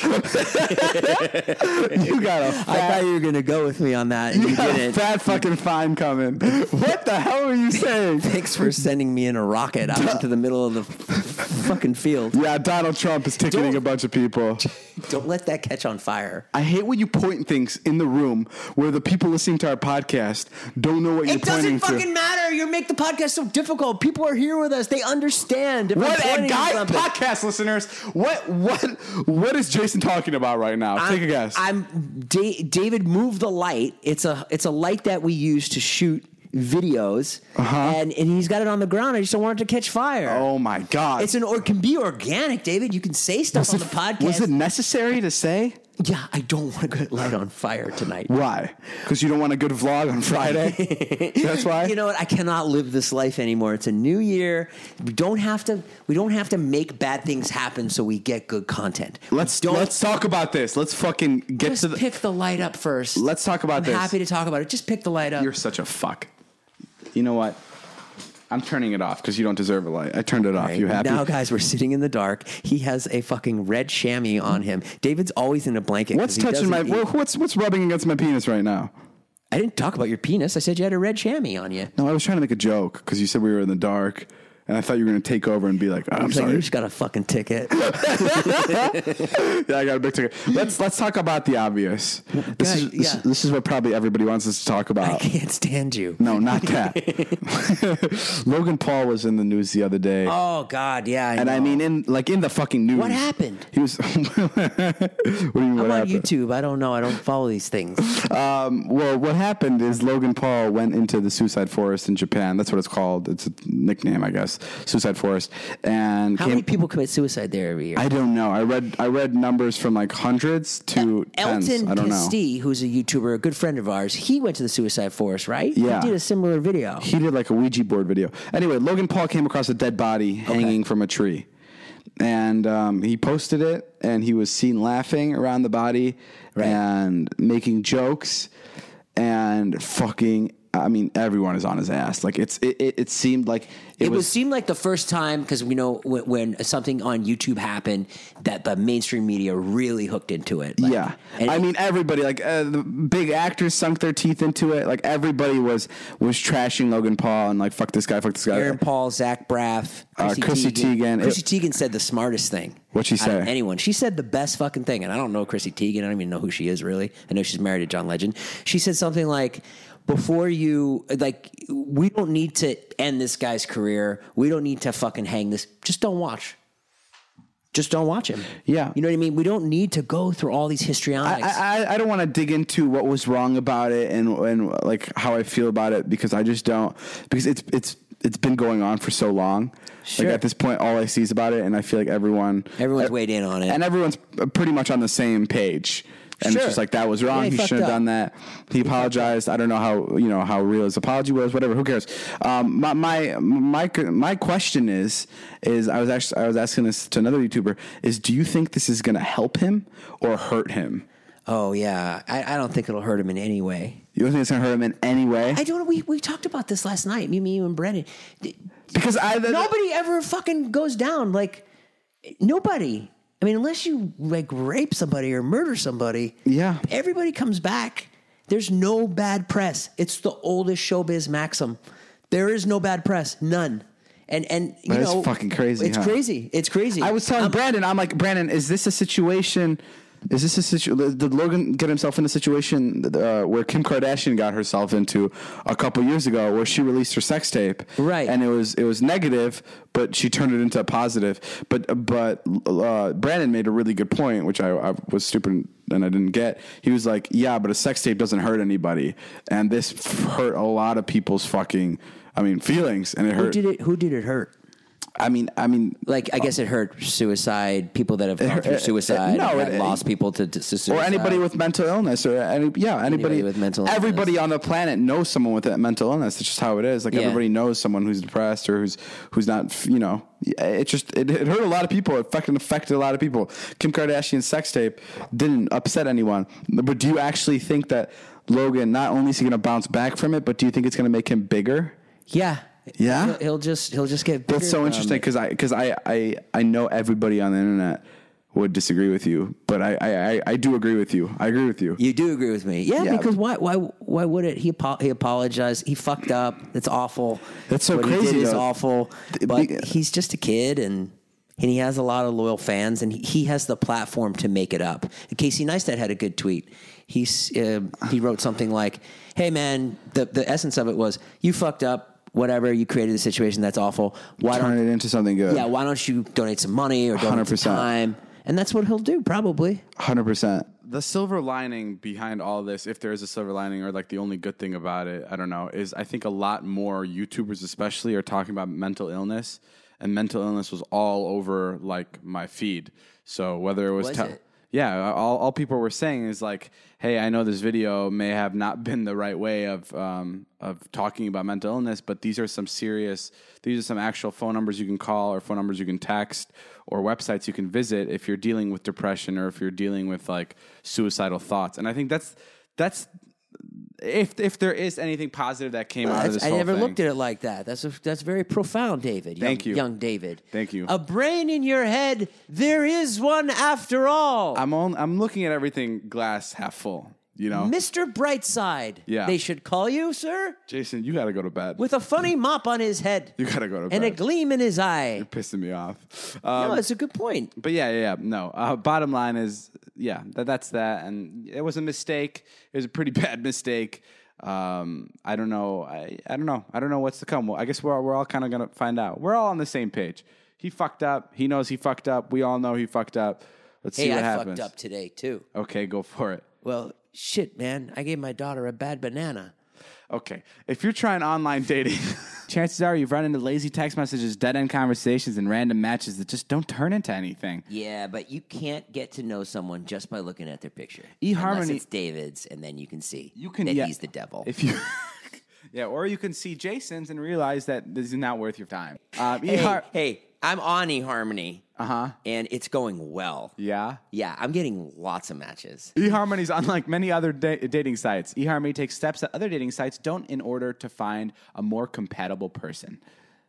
Speaker 2: You got a
Speaker 3: I
Speaker 2: fat,
Speaker 3: thought you were gonna go with me on that, and
Speaker 2: you
Speaker 3: you
Speaker 2: got a
Speaker 3: didn't.
Speaker 2: fat fucking fine coming. What the hell are you saying?
Speaker 3: Thanks for sending me in a rocket out into the middle of the fucking field.
Speaker 2: Yeah, Donald Trump is ticketing a bunch of people.
Speaker 3: Don't let that catch on fire.
Speaker 2: I hate when you point things in the room where the people listening to our podcast don't know what you're
Speaker 3: It doesn't
Speaker 2: pointing to.
Speaker 3: fucking matter. You make the podcast so difficult. People are here with us. They understand. If I'm
Speaker 2: What
Speaker 3: pointing
Speaker 2: and
Speaker 3: at
Speaker 2: guys,
Speaker 3: something-
Speaker 2: podcast listeners, what what what is Jason talking about right now?
Speaker 3: I'm-
Speaker 2: Take a guess.
Speaker 3: I'm da- David. Move the light. It's a it's a light that we use to shoot videos, and and he's got it on the ground. I just don't want it to catch fire.
Speaker 2: Uh-huh. oh my god!
Speaker 3: It's an or it can be organic, David. You can say stuff on the podcast.
Speaker 2: Was it necessary to say
Speaker 3: yeah, I don't want a good light on fire tonight.
Speaker 2: why? Because you don't want a good vlog on Friday. That's why.
Speaker 3: You know what? I cannot live this life anymore. It's a new year. We don't have to. We don't have to make bad things happen so we get good content. We
Speaker 2: let's
Speaker 3: don't
Speaker 2: let's talk about this. Let's fucking get
Speaker 6: Just
Speaker 2: to the.
Speaker 6: pick the light up first.
Speaker 2: Let's talk about
Speaker 3: I'm
Speaker 2: this.
Speaker 3: happy to talk about it. Just pick the light up.
Speaker 2: You're such a fuck. You know what? I'm turning it off because you don't deserve a light. I turned it off.
Speaker 3: Right?
Speaker 2: You happy?
Speaker 3: Now, guys, we're sitting in the dark. He has a fucking red chamois on him. David's always in a blanket. 'cause
Speaker 2: what's
Speaker 3: he
Speaker 2: touching my?
Speaker 3: doesn't eat.
Speaker 2: What's what's rubbing against my penis right now?
Speaker 3: I didn't talk about your penis. I said you had a red chamois on you.
Speaker 2: No, I was trying to make a joke because you said we were in the dark, and I thought you were going to take over and be like, "I'm
Speaker 3: It's like,
Speaker 2: sorry,
Speaker 3: you just got a fucking ticket.
Speaker 2: yeah, I got a big ticket." Let's let's talk about the obvious. This is
Speaker 3: God,
Speaker 2: this,
Speaker 3: yeah.
Speaker 2: this is what probably everybody wants us to talk
Speaker 3: I
Speaker 2: about.
Speaker 3: can't stand you.
Speaker 2: No, not that. Logan Paul was in the news the other day.
Speaker 3: Oh God, yeah. I
Speaker 2: and I
Speaker 3: know.
Speaker 2: mean, in like in the fucking news.
Speaker 3: What happened?
Speaker 2: He was. what do you mean?
Speaker 3: I'm
Speaker 2: what
Speaker 3: on
Speaker 2: happened?
Speaker 3: YouTube. I don't know. I don't follow these things.
Speaker 2: Um, well, what happened is Logan Paul went into the suicide forest in Japan. That's what it's called. It's a nickname, I guess. Suicide forest. And
Speaker 3: How
Speaker 2: came-
Speaker 3: many people commit suicide there every year?
Speaker 2: I don't know. I read I read numbers from like hundreds to tens.
Speaker 3: Elton
Speaker 2: I don't know.
Speaker 3: Castee, who's a YouTuber, a good friend of ours, he went to the suicide forest, right?
Speaker 2: Yeah.
Speaker 3: He did a similar video.
Speaker 2: He did like a Ouija board video. Anyway, Logan Paul came across a dead body hanging from a tree, and um, he posted it. And he was seen laughing around the body and making jokes and fucking I mean, everyone is on his ass. Like it's it, it, it seemed like it,
Speaker 3: It, would
Speaker 2: was
Speaker 3: seem like the first time because we know when, when something on YouTube happened that the mainstream media really hooked into it. Like,
Speaker 2: Yeah,
Speaker 3: and
Speaker 2: I mean everybody. Like uh, the big actors sunk their teeth into it. Like everybody was was trashing Logan Paul and like fuck this guy, fuck this guy.
Speaker 3: Aaron Paul, Zach Braff, Chrissy,
Speaker 2: Uh, Chrissy Teigen.
Speaker 3: Chrissy Teigen said the smartest thing.
Speaker 2: What'd she
Speaker 3: out of
Speaker 2: say?
Speaker 3: Anyone? She said the best fucking thing, and I don't know Chrissy Teigen. I don't even know who she is really. I know she's married to John Legend. She said something like, "Before you like, we don't need to end this guy's career. We don't need to fucking hang this. Just don't watch." Just don't watch him.
Speaker 2: Yeah.
Speaker 3: you know what I mean. We don't need to go through all these histrionics.
Speaker 2: I, I, I don't want to dig into what was wrong about it and and like how I feel about it because I just don't because it's it's it's been going on for so long.
Speaker 3: Sure.
Speaker 2: Like at this point, all I see is about it, and I feel like everyone
Speaker 3: Everyone's
Speaker 2: e-
Speaker 3: weighed in on it.
Speaker 2: and everyone's pretty much on the same page. And
Speaker 3: Sure.
Speaker 2: it's just like that was wrong.
Speaker 3: Yeah, he
Speaker 2: he
Speaker 3: fucked
Speaker 2: shouldn't have
Speaker 3: up.
Speaker 2: done that. He apologized. I don't know how you know how real his apology was. Whatever. Who cares? Um, my my my my question is is I was actually I was asking this to another YouTuber is do you think this is going to help him or hurt him?
Speaker 3: oh yeah, I, I don't think it'll hurt him in any way.
Speaker 2: You don't think it's gonna hurt him in any way?
Speaker 3: I don't. We we talked about this last night. Me, me, you, and Brennan.
Speaker 2: because I the,
Speaker 3: nobody ever fucking goes down like nobody i mean unless you like rape somebody or murder somebody
Speaker 2: Yeah.
Speaker 3: everybody comes back there's no bad press it's the oldest showbiz maxim there is no bad press none and and you
Speaker 2: That is
Speaker 3: know
Speaker 2: fucking crazy,
Speaker 3: it's
Speaker 2: huh?
Speaker 3: crazy it's crazy
Speaker 2: I was telling
Speaker 3: Um,
Speaker 2: Brandon, I'm like, Brandon, is this a situation? Is this a situation? Did Logan get himself in a situation uh, where Kim Kardashian got herself into a couple years ago, where she released her sex tape,
Speaker 3: Right.
Speaker 2: And it was it was negative, but she turned it into a positive. But but uh, Brandon made a really good point, which I, I was stupid and I didn't get. He was like, "Yeah, but a sex tape doesn't hurt anybody, and this f- hurt a lot of people's fucking, I mean, feelings, and it
Speaker 3: who
Speaker 2: hurt.
Speaker 3: did it who did it hurt
Speaker 2: I mean, I mean,
Speaker 3: like I guess it hurt suicide people that have gone through
Speaker 2: hurt- uh,
Speaker 3: suicide,
Speaker 2: no,
Speaker 3: no,
Speaker 2: it-
Speaker 3: lost people to, to suicide,
Speaker 2: or anybody with mental illness or any yeah
Speaker 3: uh,
Speaker 2: anybody,
Speaker 3: Anybody with mental illness.
Speaker 2: everybody on the planet knows someone with that mental illness it's just how it is like
Speaker 3: Yeah.
Speaker 2: everybody knows someone who's depressed or who's who's not you know it just it, it hurt a lot of people it fucking affected a lot of people kim kardashian's sex tape didn't upset anyone but do you actually think that logan not only is he going to bounce back from it but do you think it's going to make him bigger
Speaker 3: yeah,
Speaker 2: Yeah?
Speaker 3: He'll, he'll just he'll just get bigger
Speaker 2: that's so
Speaker 3: from
Speaker 2: interesting because I because I, I I know everybody on the internet would disagree with you, but I I, I, I do agree with you. I agree with you.
Speaker 3: You do agree with me, yeah?
Speaker 2: Yeah.
Speaker 3: Because why? Why? Why would it? He apo- he apologized. He fucked up. That's awful.
Speaker 2: That's so
Speaker 3: what He
Speaker 2: crazy,
Speaker 3: did is
Speaker 2: though.
Speaker 3: awful.
Speaker 2: Th-
Speaker 3: But
Speaker 2: be-
Speaker 3: he's just a kid, and and he has a lot of loyal fans, and he, he has the platform to make it up. Casey Neistat had a good tweet. He's uh, he wrote something like, "Hey man, the the essence of it was you fucked up." Whatever you created a situation that's awful. Why
Speaker 2: turn
Speaker 3: don't
Speaker 2: it into something good.
Speaker 3: yeah? Why don't you donate some money or donate some
Speaker 2: 100%.
Speaker 3: time? And that's what he'll do probably.
Speaker 2: hundred percent. The silver lining behind all this, if there is a silver lining, or like the only good thing about it, I don't know, is I think a lot more YouTubers, especially, are talking about mental illness, and mental illness was all over like my feed. So whether it was,
Speaker 3: Was
Speaker 2: te-
Speaker 3: it?
Speaker 2: yeah, all, all people were saying is like, hey, I know this video may have not been the right way of um, of talking about mental illness, but these are some serious, these are some actual phone numbers you can call or phone numbers you can text or websites you can visit if you're dealing with depression or if you're dealing with like suicidal thoughts. And I think that's that's if if there is anything positive that came out of this
Speaker 3: That's- I
Speaker 2: whole
Speaker 3: never
Speaker 2: thing.
Speaker 3: looked at it like that. That's a, that's very profound, David. Young,
Speaker 2: Thank you.
Speaker 3: young David.
Speaker 2: Thank you.
Speaker 3: A brain in your head. There is one after all,
Speaker 2: I'm on, I'm looking at everything glass half full. You know,
Speaker 3: Mister Brightside.
Speaker 2: Yeah.
Speaker 3: they should call you, sir,
Speaker 2: Jason, you got to go to bed.
Speaker 3: with a funny mop on his head
Speaker 2: you got to go to
Speaker 3: and a
Speaker 2: bed.
Speaker 3: gleam in his eye.
Speaker 2: Pissing me off. Um,
Speaker 3: no, it's a good point.
Speaker 2: But yeah, yeah, yeah. No. Uh, bottom line is, yeah, that, that's that. And it was a mistake. It was a pretty bad mistake. Um, I don't know. I, I don't know. I don't know what's to come. Well, I guess we're, we're all kind of going to find out. We're all on the same page. He fucked up. He knows he fucked up. We all know he fucked up. Let's see
Speaker 3: Hey,
Speaker 2: what
Speaker 3: I
Speaker 2: happens.
Speaker 3: fucked up today too.
Speaker 2: Okay, go for it.
Speaker 3: Well, shit, man. I gave my daughter a bad banana.
Speaker 2: Okay. If you're trying online dating, chances are you've run into lazy text messages, dead end conversations, and random matches that just don't turn into anything.
Speaker 3: Yeah, but you can't get to know someone just by looking at their picture.
Speaker 2: eHarmony-
Speaker 3: Unless it's David's, and then you can see
Speaker 2: E you can
Speaker 3: that
Speaker 2: yeah,
Speaker 3: he's the devil.
Speaker 2: if you yeah or you can see jason's and realize that this is not worth your time um,
Speaker 3: Hey,
Speaker 2: eHar-
Speaker 3: hey, I'm on eHarmony. Uh huh. And it's going well.
Speaker 2: Uh-huh. Yeah.
Speaker 3: Yeah, I'm getting lots of matches.
Speaker 2: eHarmony's unlike many other da- dating sites. eHarmony takes steps that other dating sites don't in order to find a more compatible person.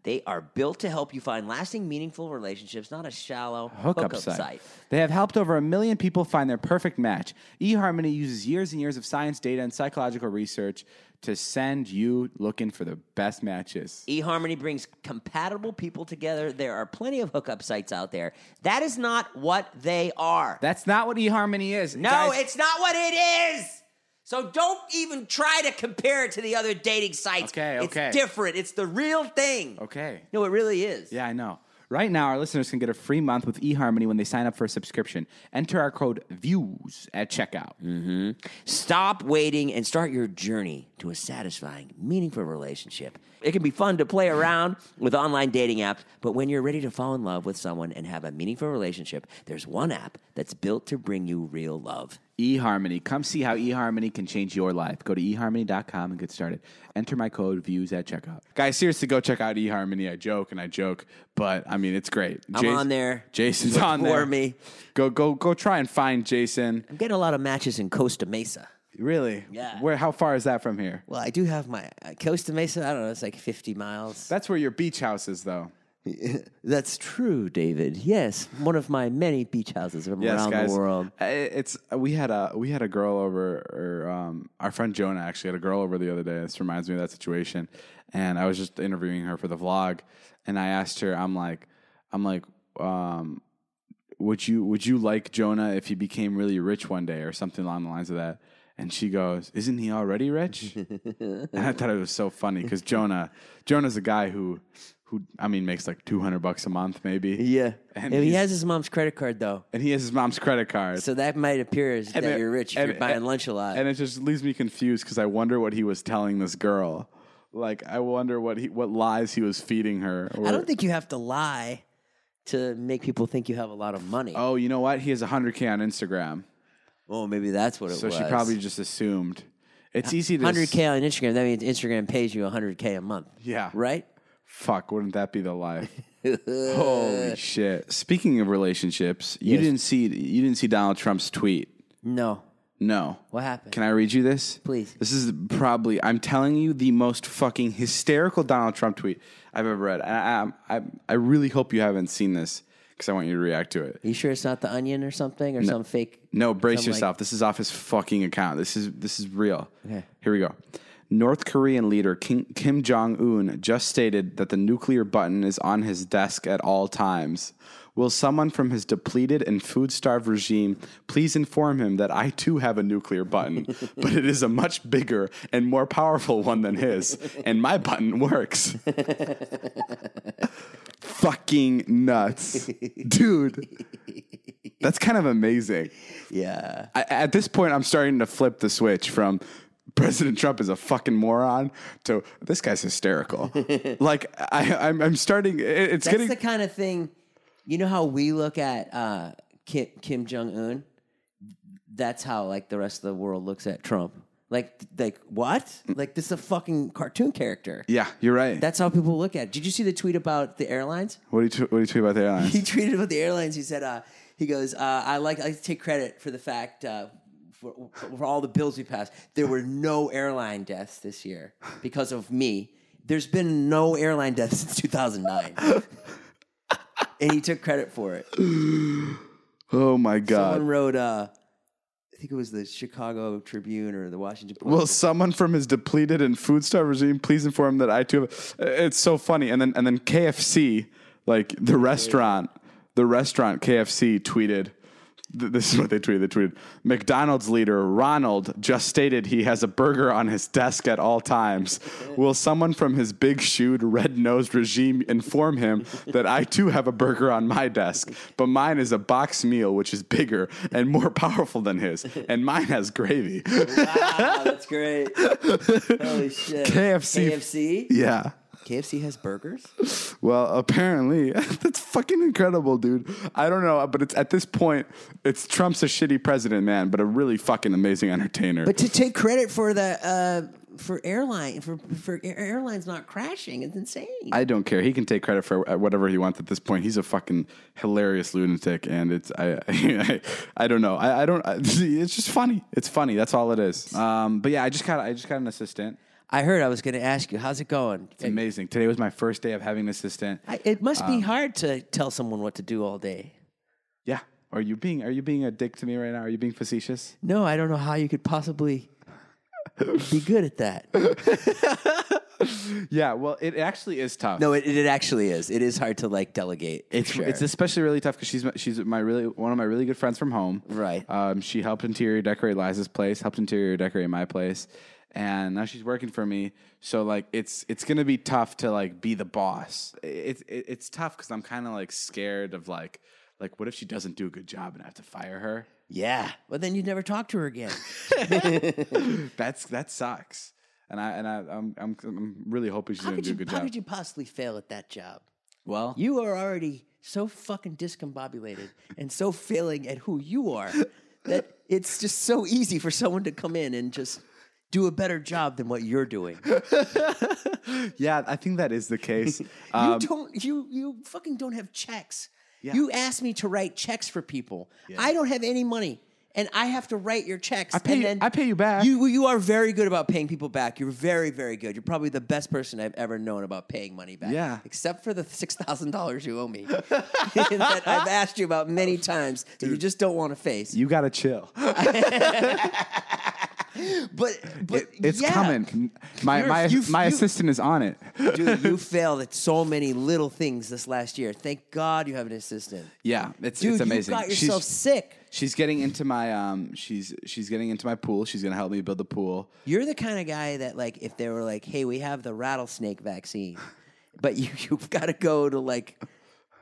Speaker 3: They are built to help you find lasting, meaningful relationships, not a shallow
Speaker 2: Hookup, site. They have helped over a million people find their perfect match. eHarmony uses years and years of science, data, and psychological research to send you looking for the best matches.
Speaker 3: eHarmony E brings compatible people together. There are plenty of hookup sites out there. That is not what they are.
Speaker 2: That's not what eHarmony is.
Speaker 3: no,
Speaker 2: Guys,
Speaker 3: it's not what it is. So don't even try to compare it to the other dating sites.
Speaker 2: Okay, okay.
Speaker 3: It's different. It's the real thing.
Speaker 2: Okay.
Speaker 3: No, it really is.
Speaker 2: Yeah, I know. Right now, our listeners can get a free month with eHarmony when they sign up for a subscription. Enter our code VIEWS at checkout.
Speaker 3: Stop waiting and start your journey to a satisfying, meaningful relationship. It can be fun to play around with online dating apps, but when you're ready to fall in love with someone and have a meaningful relationship, there's one app that's built to bring you real love.
Speaker 2: eHarmony. Come see how eHarmony can change your life. Go to eHarmony.com and get started. Enter my code VIEWS at checkout. Guys, seriously, go check out eHarmony. I joke and I joke, but I mean, it's great.
Speaker 3: I'm on there.
Speaker 2: Jason's
Speaker 3: Look
Speaker 2: on
Speaker 3: for
Speaker 2: there.
Speaker 3: me.
Speaker 2: Go, go, go try and find Jason.
Speaker 3: I'm getting a lot of matches in Costa Mesa.
Speaker 2: Really?
Speaker 3: Yeah.
Speaker 2: Where, how far is that from here?
Speaker 3: Well, I do have my uh, Costa Mesa. I don't know. It's like 50 miles.
Speaker 2: That's where your beach house is, though.
Speaker 3: That's true, David. Yes, one of my many beach houses from
Speaker 2: Yes,
Speaker 3: around
Speaker 2: guys.
Speaker 3: the world.
Speaker 2: Uh, It's we had a we had a girl over, or um, our friend Jonah actually had a girl over the other day. This reminds me of that situation, and I was just interviewing her for the vlog, and I asked her, I'm like, I'm like, um, would you would you like Jonah if he became really rich one day or something along the lines of that? And she goes, "Isn't he already rich?" and I thought it was so funny because Jonah Jonah's a guy who who I mean makes like two hundred bucks a month maybe.
Speaker 3: Yeah.
Speaker 2: and,
Speaker 3: he
Speaker 2: he's-
Speaker 3: has his mom's credit card, though.
Speaker 2: and he has his mom's credit card.
Speaker 3: So that might appear as that
Speaker 2: it-
Speaker 3: you're rich if
Speaker 2: and-
Speaker 3: you're buying
Speaker 2: and-
Speaker 3: lunch a lot.
Speaker 2: And it just leaves me confused because I wonder what he was telling this girl. Like I wonder what he what lies he was feeding her. Or,
Speaker 3: I don't think you have to lie to make people think you have a lot of money. Oh,
Speaker 2: Oh, you know what? He has 100k on Instagram,
Speaker 3: maybe that's what it
Speaker 2: so
Speaker 3: was.
Speaker 2: she probably just assumed. It's easy to
Speaker 3: 100k on Instagram. That means Instagram pays you 100k a month.
Speaker 2: Yeah.
Speaker 3: Right?
Speaker 2: Fuck, wouldn't that be the life? Holy shit! Speaking of relationships, you didn't see you didn't see Donald Trump's tweet.
Speaker 3: No.
Speaker 2: No.
Speaker 3: What happened?
Speaker 2: Can I read you this?
Speaker 3: Please.
Speaker 2: This is probably, I'm telling you, the most fucking hysterical Donald Trump tweet I've ever read. And I, I, I really hope you haven't seen this because I want you to react to it.
Speaker 3: You sure it's not the onion or something or some fake?
Speaker 2: No, brace
Speaker 3: Some, like-
Speaker 2: yourself. this is off his fucking account. This is this is real. Here we go. North Korean leader Kim, Kim Jong Un just stated that the nuclear button is on his desk at all times. Will someone from his depleted and food-starved regime please inform him that I too have a nuclear button, but it is a much bigger and more powerful one than his, and my button works. Fucking nuts. Dude. That's kind of amazing.
Speaker 3: Yeah.
Speaker 2: I, at this point, I'm starting to flip the switch from President Trump is a fucking moron to this guy's hysterical. like I, I'm, I'm starting. It, it's
Speaker 3: That's
Speaker 2: getting
Speaker 3: the kind of thing. You know how we look at uh, Kim, Kim Jong Un. That's how like the rest of the world looks at Trump. Like, like what? Like this is a fucking cartoon character.
Speaker 2: yeah, you're right.
Speaker 3: That's how people look at it. Did you see the tweet about the airlines?
Speaker 2: what do you t- what do you tweet about the airlines?
Speaker 3: He tweeted about the airlines. He said, uh, he goes, uh, I like I like to take credit for the fact uh, for, for all the bills we passed. There were no airline deaths this year because of me. There's been no airline deaths since 2009. and he took credit for it.
Speaker 2: oh my
Speaker 3: Someone
Speaker 2: god.
Speaker 3: wrote, uh, I think it was the Chicago Tribune or the Washington Post.
Speaker 2: Will someone from his depleted and food star regime please inform him that I too have? It's so funny. And then and then KFC, like the restaurant, the restaurant KFC tweeted. th- This is what they tweeted. They tweeted McDonald's leader Ronald just stated he has a burger on his desk at all times. Will someone from his big shoed, red nosed regime inform him that I too have a burger on my desk, but mine is a box meal, which is bigger and more powerful than his, and mine has gravy.
Speaker 3: wow, that's great. Holy shit.
Speaker 2: KFC.
Speaker 3: KFC?
Speaker 2: Yeah.
Speaker 3: KFC has burgers?
Speaker 2: Well, apparently, that's fucking incredible, dude. I don't know, but it's at this point, it's Trump's a shitty president, man, but a really fucking amazing entertainer.
Speaker 3: But to take credit for the uh, for airline for for air- airlines not crashing. It's insane.
Speaker 2: I don't care. He can take credit for uh, whatever he wants at this point. He's a fucking hilarious lunatic, and it's I I, I don't know. I, I don't. I, it's just funny. It's funny. That's all it is. Um, but yeah, I just got I just got an assistant.
Speaker 3: I heard I was going to ask you, how's it going?
Speaker 2: It's amazing. Today was my first day of having an assistant.
Speaker 3: I, it must be hard to tell someone what to do all day.
Speaker 2: Yeah. Are you being Are you being a dick to me right now? Are you being facetious?
Speaker 3: No, I don't know how you could possibly be good at that.
Speaker 2: Yeah. Well, it actually is tough.
Speaker 3: No, it, it actually is. It is hard to like delegate.
Speaker 2: It's it's especially really tough because she's my, she's my really one of my really good friends from home.
Speaker 3: Right.
Speaker 2: Um, she helped interior decorate Liza's place, helped interior decorate my place, and now she's working for me. So like it's it's gonna be tough to like be the boss. It's it, it's tough because I'm kind of like scared of like like what if she doesn't do a good job and I have to fire her?
Speaker 3: yeah. Well, then you'd never talk to her again.
Speaker 2: That's that sucks. And I and I I'm I'm, I'm really hoping she's
Speaker 3: How
Speaker 2: gonna
Speaker 3: could
Speaker 2: do a
Speaker 3: you?
Speaker 2: good
Speaker 3: How
Speaker 2: job.
Speaker 3: could you possibly fail at that job?
Speaker 2: well,
Speaker 3: You are already so fucking discombobulated and so failing at who you are that it's just so easy for someone to come in and just do a better job than what you're doing.
Speaker 2: yeah, I think that is the case.
Speaker 3: you don't you you fucking don't have checks.
Speaker 2: Um, Yeah.
Speaker 3: You asked me to write checks for people. I don't have any money. And I have to write your checks. I
Speaker 2: pay you- I pay you back.
Speaker 3: You you are very good about paying people back. You're very very good. You're probably the best person I've ever known about paying money back.
Speaker 2: Yeah.
Speaker 3: Except for the six thousand dollars you owe me that I've asked you about many times that you just don't want to face.
Speaker 2: you gotta chill.
Speaker 3: but but
Speaker 2: It's
Speaker 3: yeah.
Speaker 2: coming. My
Speaker 3: You're-
Speaker 2: my
Speaker 3: you've-
Speaker 2: my
Speaker 3: you-
Speaker 2: assistant is on it.
Speaker 3: Dude, you failed at so many little things this last year. Thank God you have an assistant.
Speaker 2: Yeah, it's
Speaker 3: Dude,
Speaker 2: it's amazing.
Speaker 3: you got yourself
Speaker 2: she's,
Speaker 3: sick.
Speaker 2: she's getting into my um she's she's getting into my pool. She's gonna help me build the pool.
Speaker 3: You're the kind of guy that like if they were like, "Hey, we have the rattlesnake vaccine, but you you've got to go to like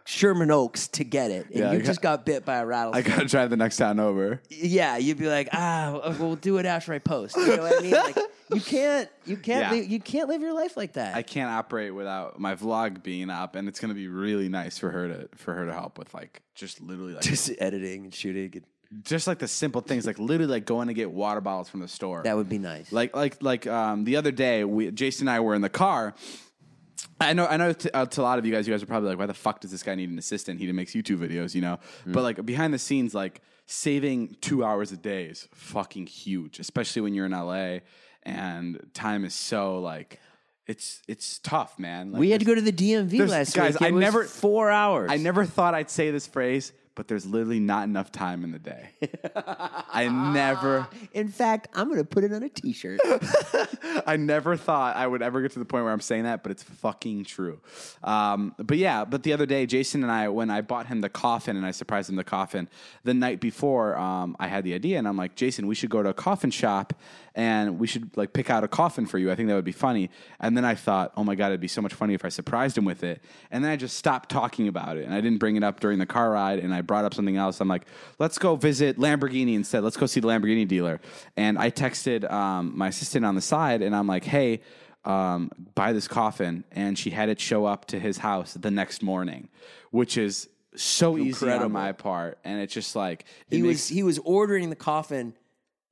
Speaker 3: Sherman Oaks to get it, and
Speaker 2: Yeah,
Speaker 3: you
Speaker 2: I
Speaker 3: just got bit by a
Speaker 2: I
Speaker 3: rattlesnake."
Speaker 2: gotta drive the next town over.
Speaker 3: yeah, you'd be like, "Ah, we'll do it after I post." You know what I mean? Like, you can't you can't
Speaker 2: Yeah.
Speaker 3: live, you can't live your life like that.
Speaker 2: I can't operate without my vlog being up, and it's gonna be really nice for her to for her to help with like just literally like just,
Speaker 3: just editing and shooting. And,
Speaker 2: like the simple things like literally like going to get water bottles from the store.
Speaker 3: that would be nice.
Speaker 2: Like like like um, the other day, we Jason and I were in the car. I know I know to, uh, to a lot of you guys, you guys are probably like, why the fuck does this guy need an assistant? He makes YouTube videos, you know.
Speaker 3: Mm-hmm.
Speaker 2: But like behind the scenes, like saving two hours a day is fucking huge, especially when you're in LA and time is so like. It's it's tough, man. Like,
Speaker 3: we had to go to the DMV
Speaker 2: there's-
Speaker 3: last
Speaker 2: guys,
Speaker 3: week.
Speaker 2: I
Speaker 3: It was
Speaker 2: never-
Speaker 3: four hours.
Speaker 2: I never thought I'd say this phrase, but there's literally not enough time in the day. I never
Speaker 3: In fact, I'm gonna put it on a T-shirt.
Speaker 2: I never thought I would ever get to the point where I'm saying that, but it's fucking true. Um, but yeah, but the other day, Jason and I, when I bought him the coffin and I surprised him the coffin, the night before, um, I had the idea and I'm like, Jason, we should go to a coffin shop and we should like pick out a coffin for you. I think that would be funny. And then I thought, oh my God, it'd be so much funny if I surprised him with it. And then I just stopped talking about it and I didn't bring it up during the car ride and I brought up something else. I'm like, let's go visit Lamborghini instead. Let's go see the Lamborghini dealer. And I texted um, my assistant on the side and I'm like, hey, um, buy this coffin. And she had it show up to his house the next morning, which is so easy on my part. And it's just like, it
Speaker 3: he was
Speaker 2: makes-
Speaker 3: he was ordering the coffin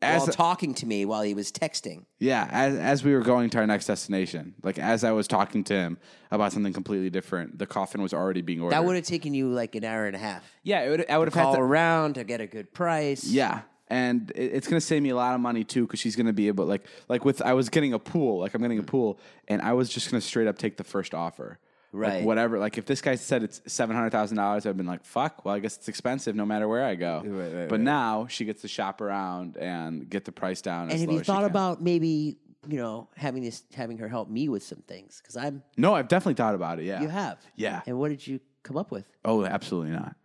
Speaker 3: while
Speaker 2: As a-
Speaker 3: talking to me while he was texting.
Speaker 2: yeah, as, as we were going to our next destination, like as I was talking to him about something completely different, the coffin was already being ordered.
Speaker 3: That would have taken you like an hour and a half.
Speaker 2: yeah, it would, I would have had
Speaker 3: Call
Speaker 2: to,
Speaker 3: around to get a good price.
Speaker 2: Yeah. And it- it's going to save me a lot of money too, because she's going to be able, like, like with I was getting a pool, like I'm getting a pool, and I was just going to straight up take the first offer, Like,
Speaker 3: Right.
Speaker 2: whatever. Like if this guy said it's seven hundred thousand dollars, I've been like, fuck. Well, I guess it's expensive no matter where I go. but now she gets to shop around and get the price down. as
Speaker 3: And have
Speaker 2: low
Speaker 3: you
Speaker 2: as she
Speaker 3: thought
Speaker 2: can.
Speaker 3: about maybe you know having this having her help me with some things because I'm
Speaker 2: No, I've definitely thought about it. Yeah,
Speaker 3: you have
Speaker 2: Yeah.
Speaker 3: And what did you come up with?
Speaker 2: Oh, absolutely not.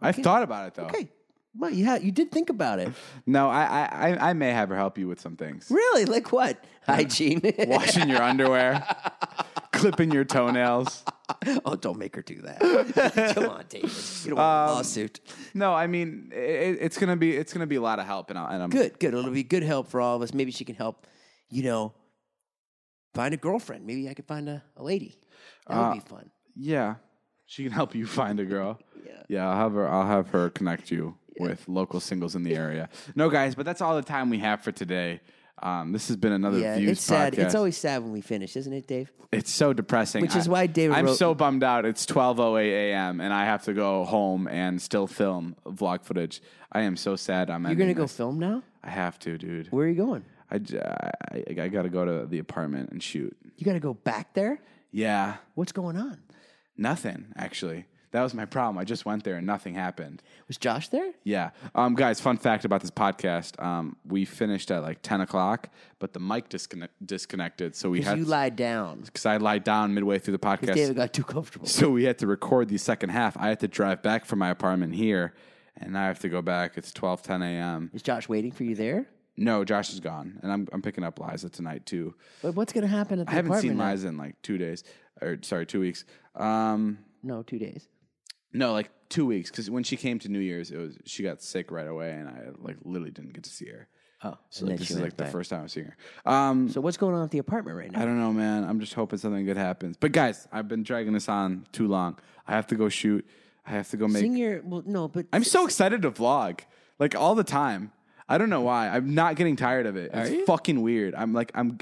Speaker 2: I've thought about it though.
Speaker 3: Okay, well you had you did think about it.
Speaker 2: No, I, I, I- I may have her help you with some things.
Speaker 3: Really, like what hygiene?
Speaker 2: Washing your underwear, clipping your toenails.
Speaker 3: oh, don't make her do that. Come on, David. You don't want a lawsuit.
Speaker 2: No, I mean it, it's gonna be it's gonna be a lot of help, and, I, and I'm
Speaker 3: Good, good. It'll be good help for all of us. Maybe she can help, you know, find a girlfriend. Maybe I could find a, a lady. That would be fun.
Speaker 2: Yeah, she can help you find a girl.
Speaker 3: Yeah.
Speaker 2: I'll have her. I'll have her connect you with local singles in the area. No, guys, but that's all the time we have for today. Um, this has been another
Speaker 3: Yeah,
Speaker 2: views
Speaker 3: it's sad.
Speaker 2: podcast.
Speaker 3: It's always sad when we finish, isn't it, Dave?
Speaker 2: It's so depressing.
Speaker 3: Which is
Speaker 2: I-
Speaker 3: why David
Speaker 2: I'm
Speaker 3: wrote-
Speaker 2: so bummed out. It's 12:08 a.m. and I have to go home and still film vlog footage. I am so sad. I'm.
Speaker 3: You're gonna go film now?
Speaker 2: I have to, dude.
Speaker 3: Where are you going?
Speaker 2: I, j- I, I- I gotta go to the apartment and shoot.
Speaker 3: You gotta go back there?
Speaker 2: Yeah,
Speaker 3: What's going on?
Speaker 2: nothing actually. That was my problem. I just went there and nothing happened.
Speaker 3: Was Josh there?
Speaker 2: Yeah, um, guys. Fun fact about this podcast: um, we finished at like 10 o'clock, but the mic disconnect- disconnected, so we
Speaker 3: 'Cause
Speaker 2: had
Speaker 3: you lied down.
Speaker 2: because I lied down midway through the podcast.
Speaker 3: David got too comfortable.
Speaker 2: So we had to record the second half. I had to drive back from my apartment here, and I have to go back. It's twelve ten a.m.
Speaker 3: Is Josh waiting for you there?
Speaker 2: No, Josh is gone, and I'm, I'm picking up Liza tonight, too.
Speaker 3: But what's gonna happen at the
Speaker 2: I haven't
Speaker 3: apartment?
Speaker 2: seen
Speaker 3: now?
Speaker 2: Liza in like two days, or sorry, two weeks. Um,
Speaker 3: No, two days.
Speaker 2: no, like two weeks, because when she came to New Year's, it was she got sick right away, and I like literally didn't get to see her. Oh, so
Speaker 3: and
Speaker 2: like,
Speaker 3: then
Speaker 2: this
Speaker 3: she
Speaker 2: is
Speaker 3: went
Speaker 2: like the
Speaker 3: back.
Speaker 2: first time I'm seeing her. Um,
Speaker 3: So what's going on at the apartment right now?
Speaker 2: I don't know, man. I'm just hoping something good happens. But guys, I've been dragging this on too long. I have to go shoot. I have to go make
Speaker 3: Sing your well, no, but
Speaker 2: I'm so excited to vlog, like all the time. I don't know why. I'm not getting tired of it. It's fucking weird. I'm like, I'm,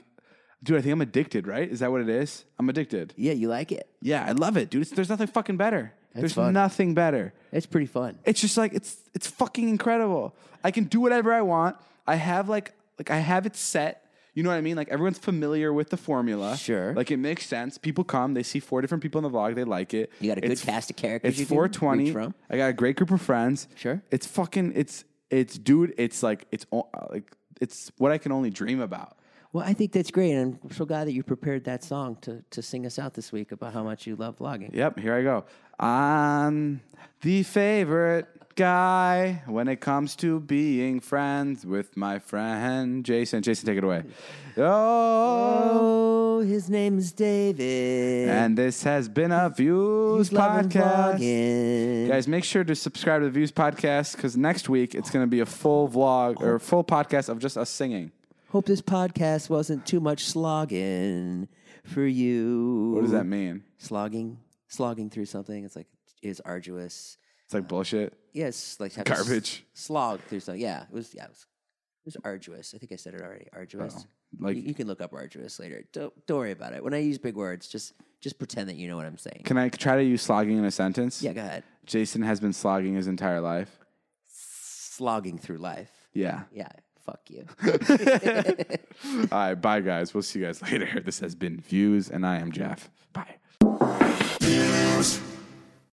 Speaker 2: dude. I think I'm addicted. Right? Is that what it is? I'm addicted.
Speaker 3: yeah, you like it.
Speaker 2: Yeah, I love it, dude. It's, there's nothing fucking better. there's
Speaker 3: fun.
Speaker 2: nothing better.
Speaker 3: It's pretty fun.
Speaker 2: It's just like it's it's fucking incredible. I can do whatever I want. I have like like I have it set. You know what I mean? Like everyone's familiar with the formula.
Speaker 3: Sure.
Speaker 2: Like it makes sense. People come, they see four different people in the vlog, they like it.
Speaker 3: You got a good
Speaker 2: It's-
Speaker 3: cast of characters
Speaker 2: It's
Speaker 3: you can
Speaker 2: four twenty.
Speaker 3: reach from.
Speaker 2: I got a great group of friends.
Speaker 3: Sure.
Speaker 2: It's fucking. It's it's dude. It's like it's o- like it's what I can only dream about.
Speaker 3: Well, I think that's great, and I'm so glad that you prepared that song to, to sing us out this week about how much you love vlogging.
Speaker 2: Yep, here I go. I'm the favorite guy when it comes to being friends with my friend Jason. Jason, take it away. Oh,
Speaker 3: Oh, his name is David.
Speaker 2: and this has been a Views
Speaker 3: He's loving
Speaker 2: podcast.
Speaker 3: vlogging.
Speaker 2: Guys, make sure to subscribe to the Views podcast because next week it's going to be a full vlog or full podcast of just us singing.
Speaker 3: Hope this podcast wasn't too much slogging for you.
Speaker 2: What does that mean?
Speaker 3: Slogging, slogging through something. It's like it's arduous.
Speaker 2: It's like bullshit.
Speaker 3: Yes, like having to s-
Speaker 2: Garbage.
Speaker 3: slog through something. Yeah, it was. Yeah, it was. It was arduous. I think I said it already. Arduous.
Speaker 2: Oh, like-
Speaker 3: you, you can look up arduous later. Don't don't worry about it. When I use big words, just just pretend that you know what I'm saying.
Speaker 2: Can I try to use slogging in a sentence?
Speaker 3: Yeah, go ahead.
Speaker 2: Jason has been slogging his entire life.
Speaker 3: Slogging through life.
Speaker 2: Yeah.
Speaker 3: Yeah, fuck you.
Speaker 2: All right, bye guys. We'll see you guys later. This has been Views, and I am Jeff. Bye.